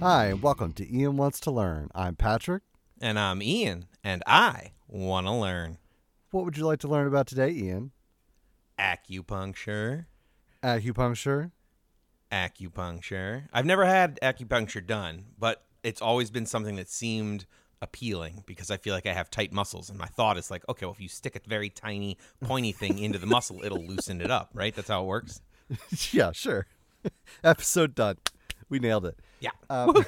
Hi, and welcome to Ian Wants to Learn. I'm Patrick. And I'm Ian, and I want to learn What would you like to learn about today, Ian? acupuncture. Acupuncture? Acupuncture. I've never had acupuncture done, but it's always been something that seemed appealing because I feel like I have tight muscles. And my thought is like, okay, well, if you stick a very tiny, pointy thing into the muscle, it'll loosen it up, right? That's how it works. yeah, sure. Episode done. We nailed it. Yeah. Um,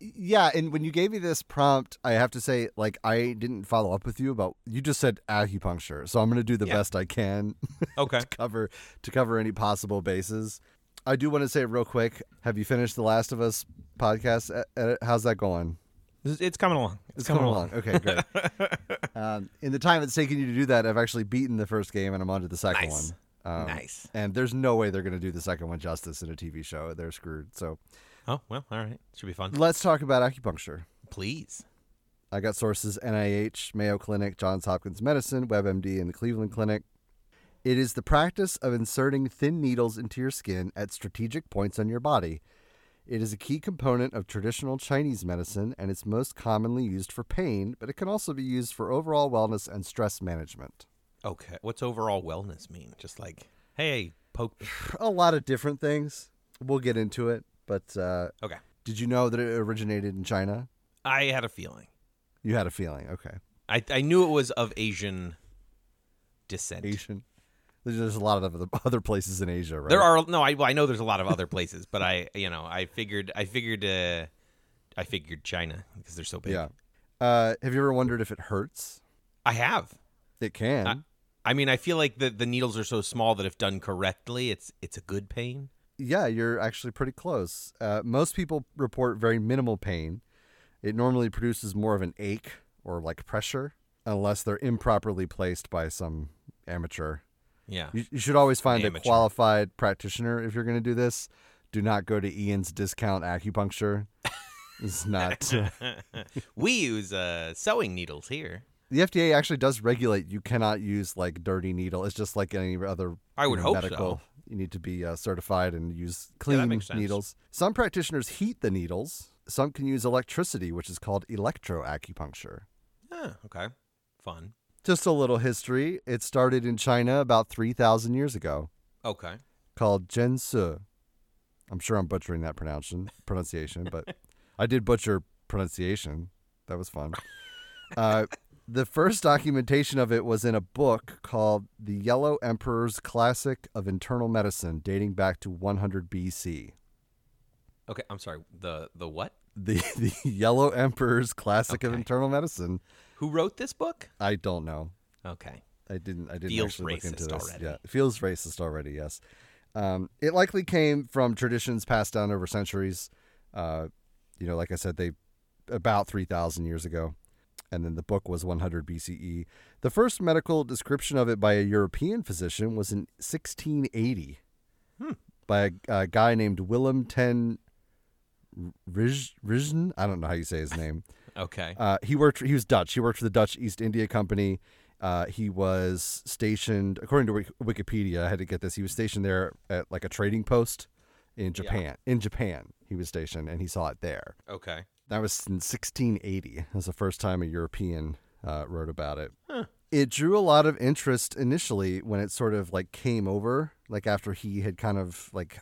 yeah, and when you gave me this prompt, I have to say, like, I didn't follow up with you about. You just said acupuncture, so I'm going to do the Yeah. best I can Okay. to cover to cover any possible bases. I do want to say real quick: Have you finished the Last of Us podcast? E- edit? How's that going? It's it's coming along. It's, It's coming along. Okay, great. um, in the time it's taken you to do that, I've actually beaten the first game and I'm on to the second Nice. one. Um, Nice. And there's no way they're going to do the second one justice in a TV show. They're screwed. So Oh, well, all right. Should be fun. let's talk about acupuncture. Please. I got sources NIH, Mayo Clinic, Johns Hopkins Medicine, WebMD, and the Cleveland Clinic. It is the practice of inserting thin needles into your skin at strategic points on your body. It is a key component of traditional Chinese medicine and it's most commonly used for pain, but it can also be used for overall wellness and stress management. Okay. What's overall wellness mean? Just like, hey, poke. A lot of different things. We'll get into it, but uh, Okay. did you know that it originated in China? I had a feeling. You had a feeling, okay. I, I knew it was of Asian descent. Asian. There's a lot of other- other places in Asia, right? There are no, I, well, I know there's a lot of other places, but I, you know, I figured, I figured, uh, I figured China because they're so big. Yeah. Uh, have you ever wondered if it hurts? I have. It can. I mean, I feel like the the needles are so small that if done correctly, it's it's a good pain. yeah, you're actually pretty close. Uh, most people report very minimal pain. It normally produces more of an ache or like pressure, unless they're improperly placed by some amateur. Yeah. You, you should always find a Amateur. qualified practitioner if you're going to do this. Do not go to Ian's discount acupuncture. It's not. uh, we use uh sewing needles here. the FDA actually does regulate you cannot use like dirty needle. It's just like any other. I you would know, hope medical. so. You need to be uh, certified and use clean makes sense. needles. Some practitioners heat the needles. Some can use electricity, which is called electroacupuncture. Ah, okay. Fun. Just a little history. It started in China about 3,000 years ago, Okay. called Gensu. I'm sure I'm butchering that pronunciation, pronunciation but I did butcher pronunciation. That was fun. Uh, the first documentation of it was in a book called The Yellow Emperor's Classic of Internal Medicine, dating back to 100 BC. Okay. I'm sorry. The the what? The, the Yellow Emperor's Classic of Okay. Internal Medicine. Who wrote this book? I don't know. Okay. I didn't. I didn't Feels actually look into racist this. already. Yeah, it feels racist already. Yes, um, it likely came from traditions passed down over centuries. Uh, you know, like I said, they about three thousand years ago, and then the book was one hundred BCE. The first medical description of it by a European physician was in sixteen eighty, Hmm. by a, a guy named Willem ten Rizn. I don't know how you say his name. Okay. Uh, he worked. He was Dutch. He worked for the Dutch East India Company. Uh, he was stationed, according to Wik- Wikipedia. I had to get this. He was stationed there at like a trading post in Japan. In Japan, he was stationed, and he saw it there. Okay. That was in 1680. That was the first time a European uh, wrote about it. It drew a lot of interest initially when it sort of like came over, like after he had kind of like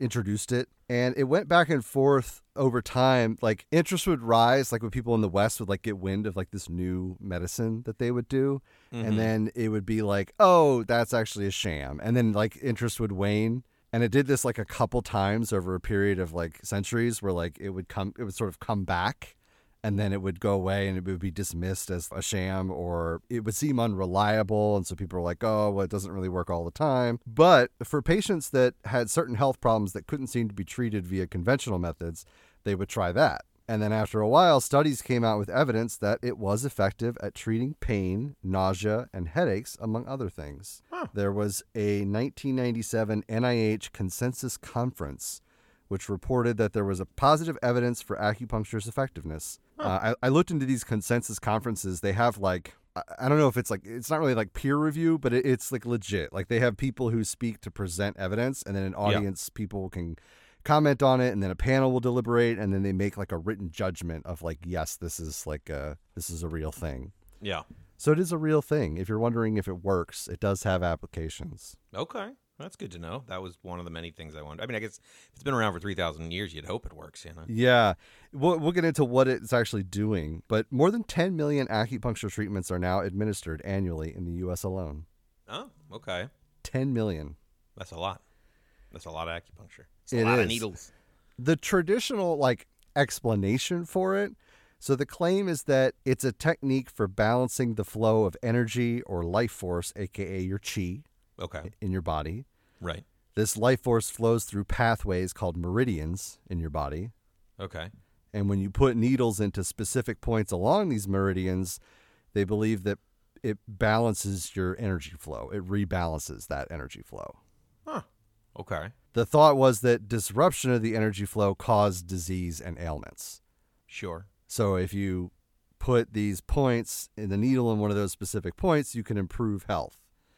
introduced it. And it went back and forth over time. Like interest would rise, like when people in the West would like get wind of like this new medicine that they would do. And then it would be like, oh, that's actually a sham. And then like interest would wane. And it did this like a couple times over a period of like centuries where like it would come, it would sort of come back and then it would go away and it would be dismissed as a sham or it would seem unreliable and so people were like oh well it doesn't really work all the time but for patients that had certain health problems that couldn't seem to be treated via conventional methods they would try that and then after a while studies came out with evidence that it was effective at treating pain nausea and headaches among other things there was a 1997 nih consensus conference which reported that there was a positive evidence for acupuncture's effectiveness. Uh, I, I looked into these consensus conferences. They have like I, I don't know if it's like it's not really like peer review, but it, it's like legit. Like they have people who speak to present evidence, and then an audience people can comment on it and then a panel will deliberate and then they make like a written judgment of like yes this is like a this is a real thing Yeah. so it is a real thing if you're wondering if it works it does have applications Okay. That's good to know. That was one of the many things I wanted. I mean, I guess if it's been around for 3,000 years, you'd hope it works, you know? yeah we'll, we'll get into what it's actually doing but more than 10 million acupuncture treatments are now administered annually in the us alone Oh, okay. 10 million That's a lot. That's a lot of acupuncture. It's a It lot is. of needles. the traditional like explanation for it so the claim is that it's a technique for balancing the flow of energy or life force aka your chi Okay. in your body Right. this life force flows through pathways called meridians in your body Okay. and when you put needles into specific points along these meridians they believe that it balances your energy flow it rebalances that energy flow Huh. Okay. the thought was that disruption of the energy flow caused disease and ailments Sure. So if you put these points in the needle in one of those specific points, you can improve health.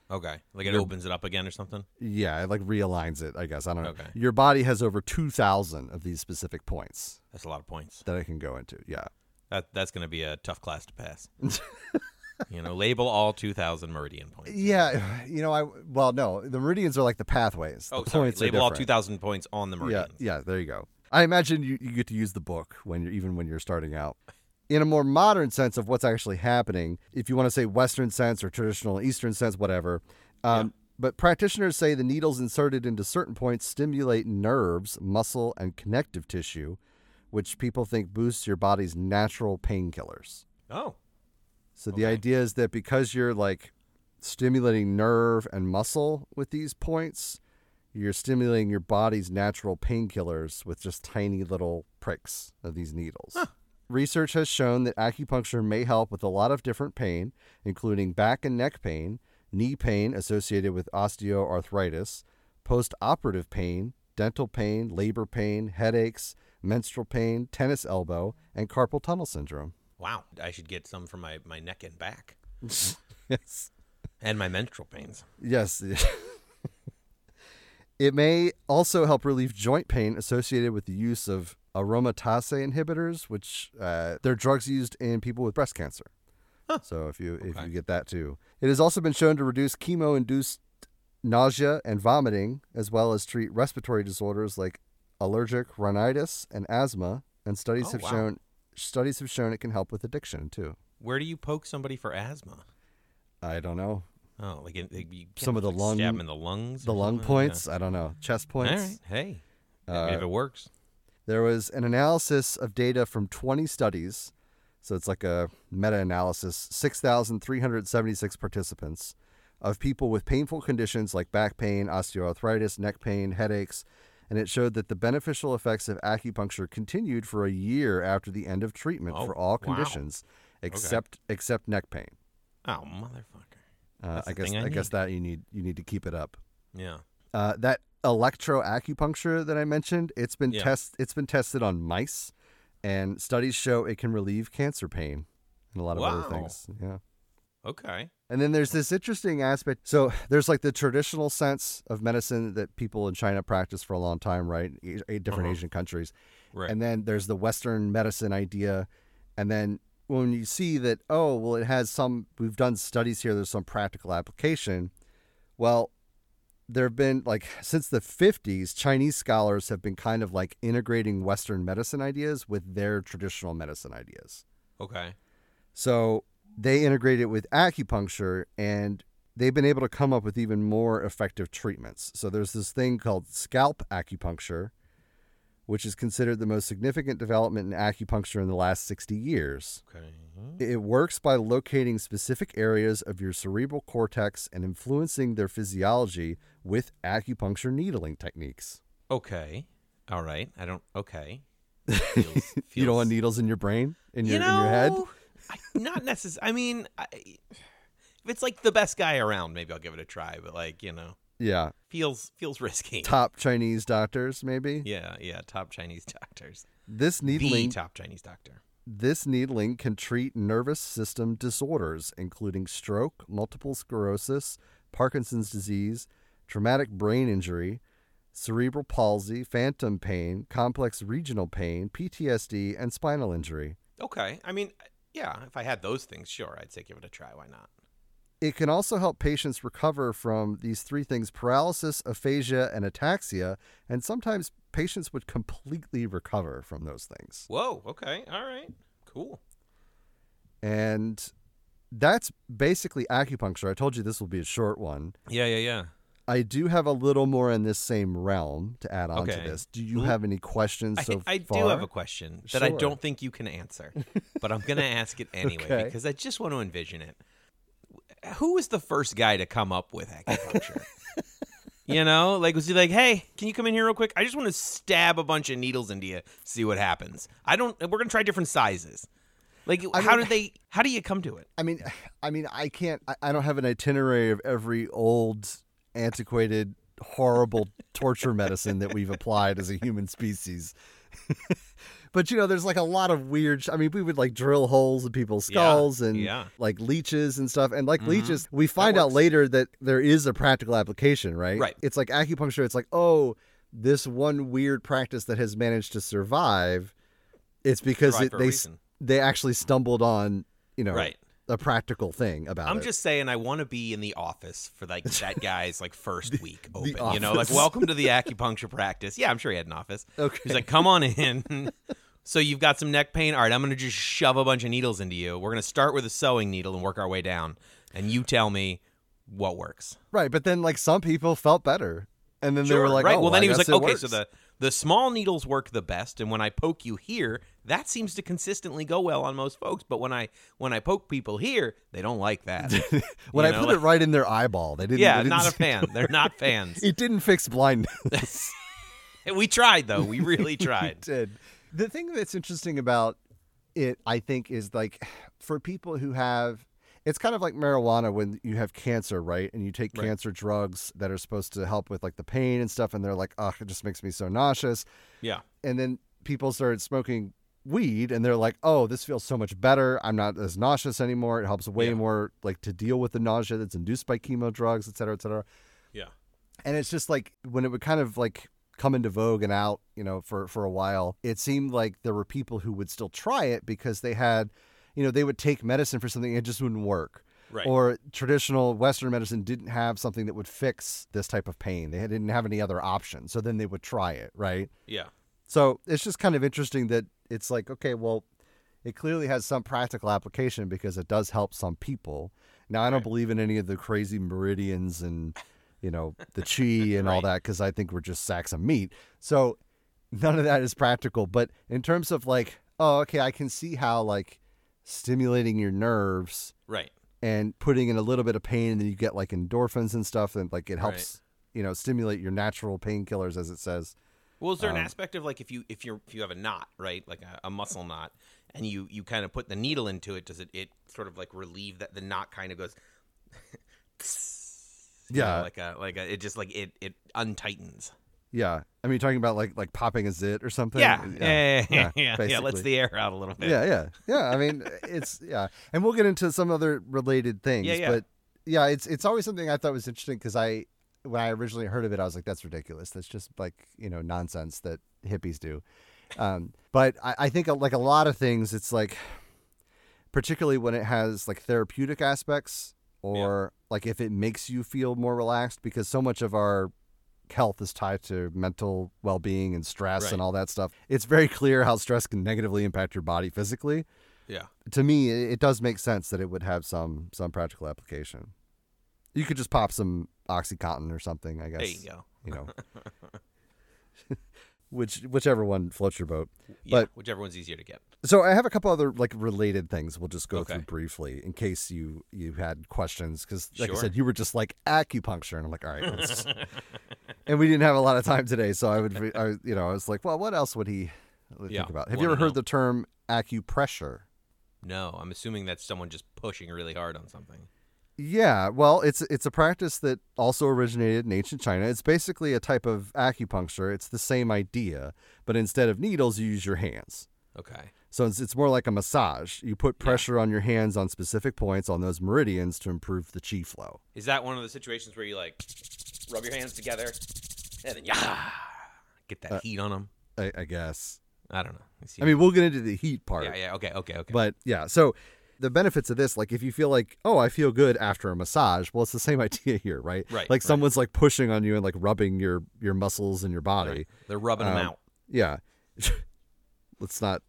Okay. Like it Your- opens it up again or something? Yeah, it like realigns it, I guess. I don't know. Okay. Your body has over 2,000 of these specific points That's a lot of points. that I can go into. Yeah. That That's going to be a tough class to pass. you know, label all 2,000 meridian points. Yeah, you know, I well, no, the meridians are like the pathways. Oh, the sorry. points Label are all different. 2,000 points on the meridian. Yeah, yeah, there you go. I imagine you, you get to use the book when you're even when you're starting out. In a more modern sense of what's actually happening, if you want to say Western sense or traditional Eastern sense, whatever. Um, But practitioners say the needles inserted into certain points stimulate nerves, muscle, and connective tissue, which people think boosts your body's natural painkillers. Oh, So the idea is that because you're like stimulating nerve and muscle with these points, you're stimulating your body's natural painkillers with just tiny little pricks of these needles. Research has shown that acupuncture may help with a lot of different pain, including back and neck pain, knee pain associated with osteoarthritis, post operative pain, dental pain, labor pain, headaches, menstrual pain, tennis elbow, and carpal tunnel syndrome. wow. I should get some for my, my neck and back yes. and my menstrual pains. Yes. it may also help relieve joint pain associated with the use of aromatase inhibitors, which uh, they're drugs used in people with breast cancer. So if you if you get that too, it has also been shown to reduce chemo induced nausea and vomiting, as well as treat respiratory disorders like allergic rhinitis and asthma. And studies Oh, have wow. shown studies have shown it can help with addiction too. Where do you poke somebody for asthma? I don't know Oh, like in, like you can't Some of the like stab lung- 'em in the lungs, the or lung something? points. I don't know chest Yeah. points. Uh, All right, hey, I mean, if it works, There was an analysis of data from 20 studies. So it's like a meta analysis 6,376 participants of people with painful conditions like back pain, osteoarthritis, neck pain, headaches. And it showed that the beneficial effects of acupuncture continued for a year after the end of treatment Oh, for all wow. conditions except except neck pain. oh motherfucker, Uh, That's I the guess thing I I guess need. that you need you need to keep it up. yeah, Uh, that electro acupuncture that I mentioned, it's been Yeah. test it's been tested on mice, and studies show it can relieve cancer pain and a lot of other Wow. things. Yeah. okay, And then there's this interesting aspect. So there's like the traditional sense of medicine that people in China practice for a long time, right? Eight- Eight different Uh-huh. Asian countries. right, And then there's the Western medicine idea. And then when you see that, oh, well, it has some, we've done studies here, there's some practical application. Well, there have been, like, since the 50s, Chinese scholars have been kind of like integrating Western medicine ideas with their traditional medicine ideas. okay, So they integrate it with acupuncture and they've been able to come up with even more effective treatments. So there's this thing called scalp acupuncture, which is considered the most significant development in acupuncture in the last 60 years. okay, It works by locating specific areas of your cerebral cortex and influencing their physiology with acupuncture needling techniques. okay, all right. I don't okay. Feels, You don't feels- want needles in your brain, in your, you know, in your head? I, not necessarily. I mean, I, if it's like the best guy around, maybe I'll give it a try. But like you know, Yeah. feels feels risky. Top Chinese doctors, maybe? yeah, yeah. Top Chinese doctors, This the needling top Chinese doctor. This needling can treat nervous system disorders, including stroke, multiple sclerosis, Parkinson's disease, traumatic brain injury, cerebral palsy, phantom pain, complex regional pain, PTSD, and spinal injury. Okay. I mean, yeah, if I had those things, sure, I'd say give it a try. Why not? It can also help patients recover from these three things paralysis, aphasia, and ataxia. And sometimes patients would completely recover from those things. Whoa. Okay. All right. Cool. And that's basically acupuncture. I told you this will be a short one. Yeah, yeah, yeah. I do have a little more in this same realm to add on to Okay. Mm-hmm. this. Do you have any questions so I, I far? do have a question that I Sure. don't think you can answer, but I'm going to ask it anyway Okay. because I just want to envision it. Who was the first guy to come up with acupuncture? you know, like was he like, "Hey, can you come in here real quick? I just want to stab a bunch of needles into you, see what happens." I don't. We're going to try different sizes. Like, how mean- did they? How do you come to it? I mean, I mean, I can't. I, I don't have an itinerary of every old, antiquated, horrible torture medicine that we've applied as a human species. but you know, there's like a lot of weird. Sh- I mean, we would like drill holes in people's Yeah, skulls and yeah. Mm-hmm. like leeches and stuff. And like leeches, we find That out works. later that there is a practical application, right? Right. It's like acupuncture. It's like oh, this one weird practice that has managed to survive. It's because Survive it, for a they s- reason. they actually stumbled on you know Right. a practical thing about I'm it. just saying I want to be in the office for like that guy's like first week open. you know, like office. welcome to the acupuncture practice. Yeah, I'm sure he had an office. Okay. He's like, come on in. so you've got some neck pain. All right, I'm gonna just shove a bunch of needles into you. We're gonna start with a sewing needle and work our way down. And you tell me what works. right, but then like some people felt better, and then they were Sure, like, right. oh, well, then I he was guess like, it okay, works. so the the small needles work the best, and when I poke you here, that seems to consistently go well on most folks. But when I when I poke people here, they don't like that. when You I know, put like- it right in their eyeball, they didn't. yeah, they didn't not a see- fan. They're not fans. It didn't fix blindness. We tried though. We really It tried. did. The thing that's interesting about it, I think, is like for people who have. It's kind of like marijuana when you have cancer, right? And you take Right. cancer drugs that are supposed to help with like the pain and stuff, and they're like, "Ugh, it just makes me so nauseous." yeah. and then people started smoking weed and they're like oh this feels so much better i'm not as nauseous anymore it helps way Yeah. more like to deal with the nausea that's induced by chemo drugs et cetera et cetera Yeah. and it's just like when it would kind of like come into vogue and out you know for for a while it seemed like there were people who would still try it because they had you know they would take medicine for something and it just wouldn't work Right. or traditional western medicine didn't have something that would fix this type of pain they didn't have any other option so then they would try it right yeah. so it's just kind of interesting that it's like, okay, well, it clearly has some practical application because it does help some people. Now, I don't believe in any of the crazy meridians and, you know, the chi and all that because I think we're just sacks of meat. So none of that is practical. But in terms of like, oh, okay, I can see how like stimulating your nerves Right. and putting in a little bit of pain and then you get like endorphins and stuff and like it Right. helps, you know, stimulate your natural painkillers as it says. Well, is there Um, an aspect of like if you if you are if you have a knot, right, like a, a muscle knot, and you you kind of put the needle into it, does it it sort of like relieve that the knot kind of goes? you know, Yeah. like a like a it just like it it untightens. Yeah, I mean, talking about like like popping a zit or something. Yeah. Yeah. Yeah. yeah, Yeah. yeah, lets basically. the air out a little bit. yeah, yeah, yeah. I mean, it's yeah, and we'll get into some other related things. Yeah, yeah. But yeah, it's it's always something I thought was interesting because I when I originally heard of it, I was like, that's ridiculous. That's just like you know nonsense that hippies do. Um, but I, I think uh, like a lot of things, it's like particularly when it has like therapeutic aspects or like if it makes you feel more relaxed because so much of our health is tied to mental well-being and stress Right. and all that stuff. It's very clear how stress can negatively impact your body physically. Yeah. To me, it it does make sense that it would have some some practical application. You could just pop some oxycontin or something, I guess. There you go. you know. Which whichever one floats your boat. Yeah. But- whichever one's easier to get. So I have a couple other like related things we'll just go Okay. through briefly in case you you had questions because like I Sure. said you were just like acupuncture and I'm like all right let's and we didn't have a lot of time today so I would re- I, you know I was like well what else would he think Yeah, about have you wanna ever heard know. the term acupressure No, I'm assuming that's someone just pushing really hard on something. yeah well it's it's a practice that also originated in ancient China it's basically a type of acupuncture it's the same idea but instead of needles you use your hands Okay. So it's, it's more like a massage. You put pressure on your hands on specific points on those meridians to improve the chi flow. Is that one of the situations where you like rub your hands together, And then, yeah, get that heat on them. I, I guess. I don't know. You see- Uh, I mean, we'll get into the heat part. yeah, yeah. Okay, okay, okay. But yeah, so the benefits of this, like if you feel like, oh, I feel good after a massage, well, it's the same idea here, right? Like Right, right. someone's like pushing on you and like rubbing your your muscles and your body. Right. They're rubbing them Um, out. Yeah. Let's not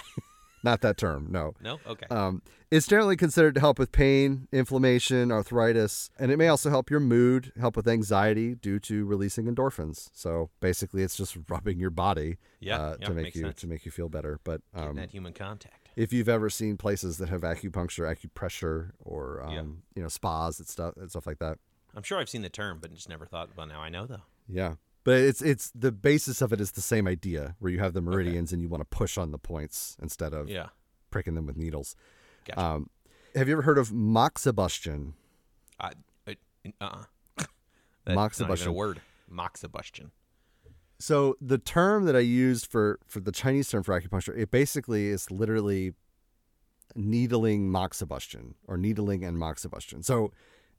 not that term. No. No? Okay. Um, it's generally considered to help with pain, inflammation, arthritis, and it may also help your mood, help with anxiety due to releasing endorphins. So basically, it's just rubbing your body Yeah, uh, yeah, to make makes you sense. to make you feel better. But Getting um, that human contact. if you've ever seen places that have acupuncture, acupressure, or um, Yeah. you know spas and stuff and stuff like that, I'm sure I've seen the term, but just never thought. Well, now I know though. yeah. But it's it's the basis of it is the same idea where you have the meridians and you want to push on the points instead of Yeah. pricking them with needles. Gotcha. Um, have you ever heard of moxibustion? I, I, uh-uh. That's not even a Moxibustion. word. Moxibustion. So the term that I used for for the Chinese term for acupuncture, it basically is literally needling moxibustion or needling and moxibustion. So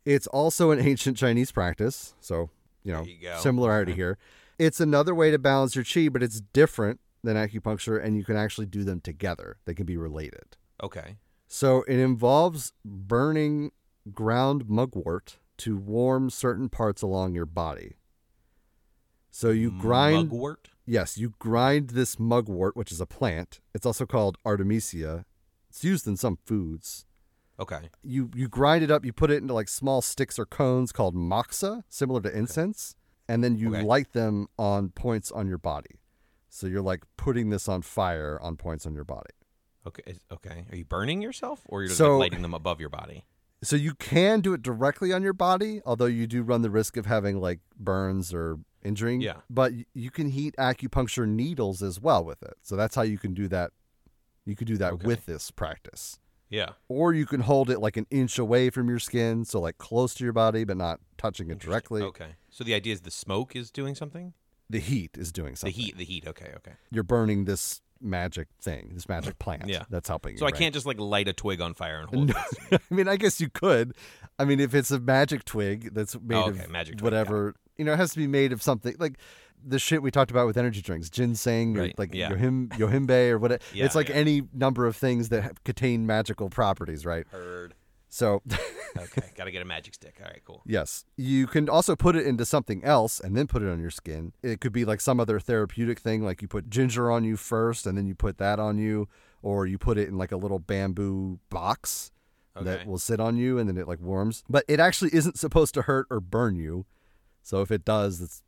it's also an ancient Chinese practice. So you know There you go. Uh-huh. similarity here. It's another way to balance your chi, but it's different than acupuncture, and you can actually do them together. They can be related. Okay. So it involves burning ground mugwort to warm certain parts along your body. So you Mm, grind Mugwort. Yes, you grind this mugwort, which is a plant. It's also called artemisia. It's used in some foods. Okay. You you grind it up, you put it into like small sticks or cones called moxa, similar to incense, and then you Okay. light them on points on your body. So you're like putting this on fire on points on your body. Okay. is- okay. Are you burning yourself, or you're just So- like, lighting them above your body? So you can do it directly on your body, although you do run the risk of having like burns or injuring. Yeah. But y- you can heat acupuncture needles as well with it. So that's how you can do that. You could do that Okay. with this practice. Yeah. Or you can hold it like an inch away from your skin, so like close to your body, but not touching it directly. Okay. So the idea is the smoke is doing something. The heat is doing something. The heat. The heat. Okay. Okay. You're burning this magic thing, this magic plant. Yeah. That's helping you. So I right? can't just like light a twig on fire and hold it. against me. I mean, I guess you could. I mean, if it's a magic twig that's made Oh, okay, of magic twig, whatever, you know, it has to be made of something like the shit we talked about with energy drinks, ginseng, or Right, like yeah. yohim, yohimbe, or whatever. Yeah, it's like yeah. any number of things that have- contain magical properties, right? Heard. So, Okay. Got to get a magic stick. All right. Cool. yes, you can also put it into something else and then put it on your skin. It could be like some other therapeutic thing, like you put ginger on you first and then you put that on you, or you put it in like a little bamboo box Okay. that will sit on you and then it like warms. But it actually isn't supposed to hurt or burn you. So if it does, it's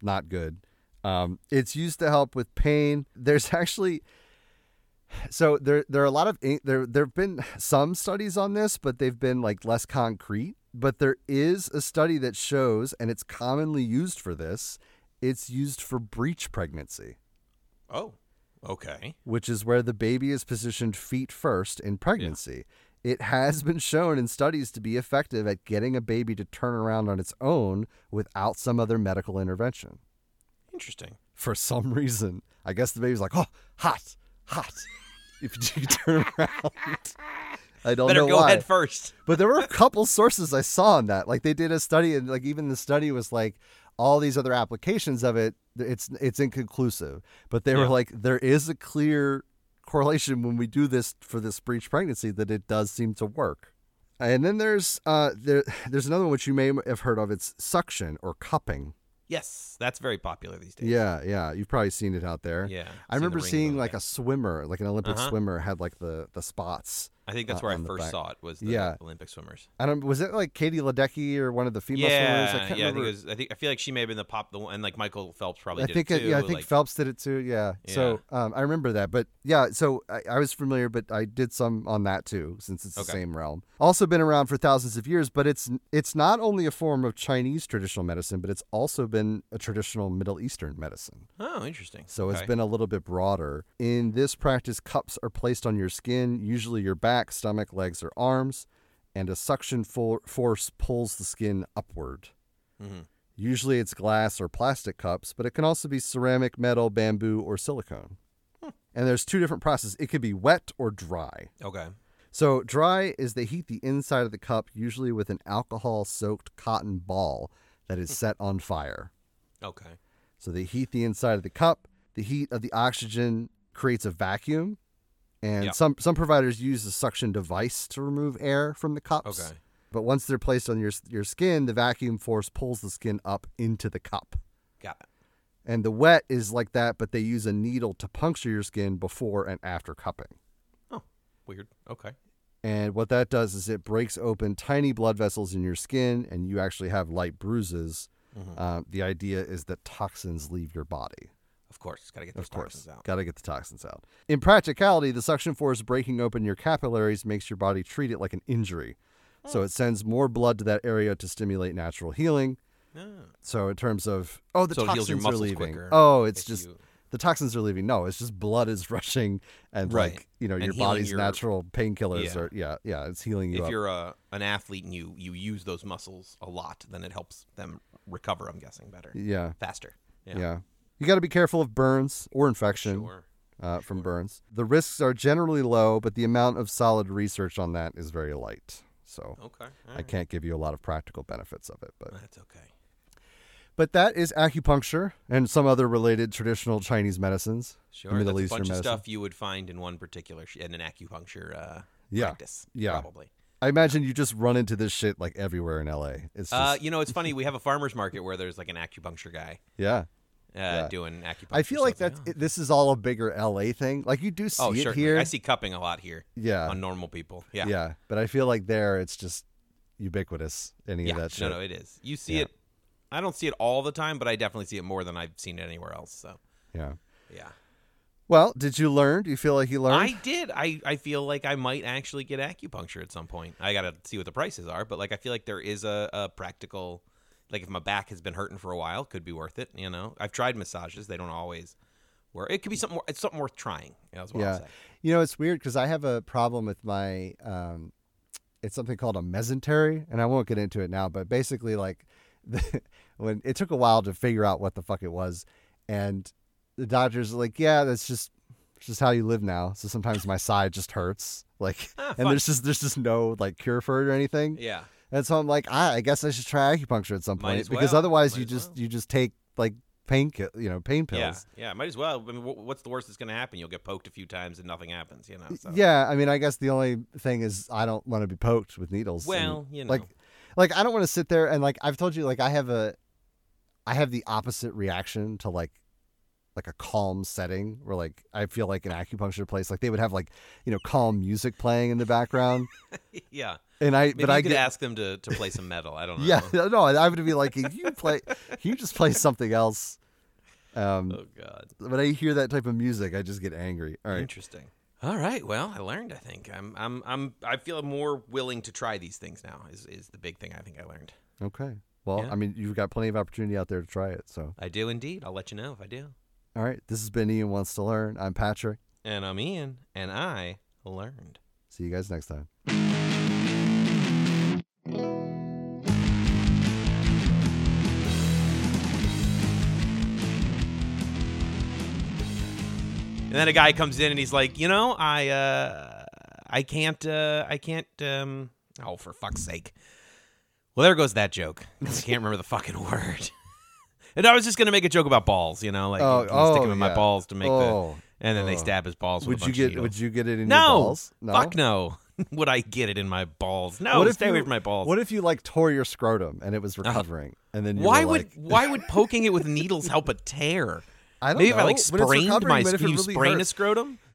not good. Um, it's used to help with pain. There's actually so there there are a lot of in- there there've been some studies on this, but they've been like less concrete. But there is a study that shows, and it's commonly used for this. It's used for breech pregnancy, Oh. Okay. which is where the baby is positioned feet first in pregnancy. It has been shown in studies to be effective at getting a baby to turn around on its own without some other medical intervention. Interesting. for some reason. I guess the baby's like, oh, hot, hot. If you turn around, I don't Better know go why. ahead first. But there were a couple sources I saw on that. Like they did a study, and like even the study was like all these other applications of it. th- It's it's inconclusive. But they were Yeah. like, there is a clear correlation when we do this for this breech pregnancy that it does seem to work. And then there's uh there there's another one which you may have heard of. It's suction or cupping. Yes, that's very popular these days. Yeah, yeah. You've probably seen it out there. Yeah. I remember seeing like a swimmer, like an Olympic Uh-huh. swimmer, had like the the spots. I think that's uh, where I on the first back. saw it was the Yeah. Olympic swimmers. I don't. Was it like Katie Ledecky or one of the female yeah, swimmers? I can't yeah. I think, remember. it was, I think I feel like she may have been the pop the one, and like Michael Phelps probably. I did think it it- too. yeah, I think like, Phelps did it too. Yeah. So um, I remember that, but yeah, so I, I was familiar, but I did some on that too, since it's the Okay. same realm. Also been around for thousands of years, but it's it's not only a form of Chinese traditional medicine, but it's also been a traditional Middle Eastern medicine. Oh, interesting. So okay. it's been a little bit broader. In this practice, cups are placed on your skin, usually your back, stomach, legs, or arms, and a suction for- force pulls the skin upward. Mhm. Usually it's glass or plastic cups, but it can also be ceramic, metal, bamboo, or silicone. And there's two different processes. It could be wet or dry. okay. So dry is they heat the inside of the cup usually with an alcohol soaked cotton ball that is set on fire. Okay. So they heat the inside of the cup. The heat of the oxygen creates a vacuum, and Yeah. some some providers use a suction device to remove air from the cups. Okay. But once they're placed on your your skin, the vacuum force pulls the skin up into the cup. Got it. And the wet is like that, but they use a needle to puncture your skin before and after cupping. Oh, weird. Okay. And what that does is it breaks open tiny blood vessels in your skin, and you actually have light bruises. Mm-hmm. Uh, the idea is that toxins leave your body. Of course. Got to get those Of toxins course, out. got to get the toxins out. In practicality, the suction force breaking open your capillaries makes your body treat it like an injury. Oh. So it sends more blood to that area to stimulate natural healing. Ah. So in terms of oh, the So it heals toxins your are muscles leaving. quicker oh, it's if just you- the toxins are leaving. No, it's just blood is rushing, and Right. like you know And your healing body's your- natural painkillers Yeah. are yeah yeah it's healing you if up. you're a, an athlete and you you use those muscles a lot, then it helps them recover. I'm guessing better, yeah, faster. yeah, You got to be careful of burns or infection Sure. uh, from burns. The risks are generally low, but the amount of solid research on that is very light. So Okay. all I right. can't give you a lot of practical benefits of it, but That's okay. but that is acupuncture and some other related traditional Chinese medicines, Sure. the Middle that's Eastern a bunch medicine. of stuff you would find in one particular sh- in an acupuncture uh, Yeah, practice. yeah. Probably. I imagine you just run into this shit like everywhere in LA. It's just, Uh, you know, it's funny. We have a farmers market where there's like an acupuncture guy yeah. uh, doing acupuncture. I feel so like it's that's oh. it, this is all a bigger LA thing. Like you do see Oh, it sure. here. I see cupping a lot here yeah, on normal people. yeah. Yeah. But I feel like there it's just ubiquitous. Any of that shit. no, no, it is. You see Yeah. it. I don't see it all the time, but I definitely see it more than I've seen it anywhere else. So, Yeah. yeah. Well, did you learn? Do you feel like you learned? I did. I, I feel like I might actually get acupuncture at some point. I gotta see what the prices are, but like I feel like there is a, a practical like if my back has been hurting for a while, could be worth it, you know. I've tried massages, they don't always work. It could be something wor- it's something worth trying. you know, is what I'll Yeah. say. You know, it's weird because I have a problem with my. Um, it's something called a mesentery, and I won't get into it now. But basically, like, the, when it took a while to figure out what the fuck it was, and the doctors are like, "Yeah, that's just, it's just how you live now." So sometimes my side just hurts, like, Ah, and fun. there's just there's just no like cure for it or anything. Yeah. And so I'm like, ah, I guess I should try acupuncture at some Might point as because well. otherwise Might you as just well. you just take like pain ki- you know pain pills. Yeah. Yeah. Might as well. I mean, wh- what's the worst that's gonna happen? You'll get poked a few times and nothing happens, you know. So. Yeah, I mean, I guess the only thing is I don't want to be poked with needles. and, Well, you know. like, like I don't want to sit there and like I've told you, like I have a, I have the opposite reaction to like, like a calm setting where like I feel like an acupuncture place, like they would have like you know calm music playing in the background, yeah. and I Maybe but you I could get ask them to, to play some metal. I don't know. yeah no, I would be like, can you play, can you just play something else? Um, Oh God. when I hear that type of music, I just get angry. All right, Interesting. All right. Well, I learned. I think I'm. I'm. I'm. I feel more willing to try these things now. Is is the big thing I think I learned. okay. Well, Yeah. I mean, you've got plenty of opportunity out there to try it, so. I do indeed. I'll let you know if I do. All right. This has been Ian Wants to Learn. I'm Patrick. And I'm Ian, and I learned. See you guys next time. And then a guy comes in and he's like, you know, I uh, I can't. Uh, I can't. Um, oh, for fuck's sake. Well, there goes that joke. 'cause I can't remember the fucking word. and I was just gonna make a joke about balls. You know, like Oh, I'm gonna stick oh, them in my yeah. balls to make Oh, the. And then they oh. stab his balls. Would with a you bunch get of needles. would you get it in No. your balls? Fuck no. Would I get it in my balls? No, What if stay away you- from my balls. What if you like tore your scrotum and it was recovering and then you why were would like, why would poking it with needles help a tear? I don't Maybe know. if I like When it's sprained recovering, my but if can it you really sprain a hurts. scrotum?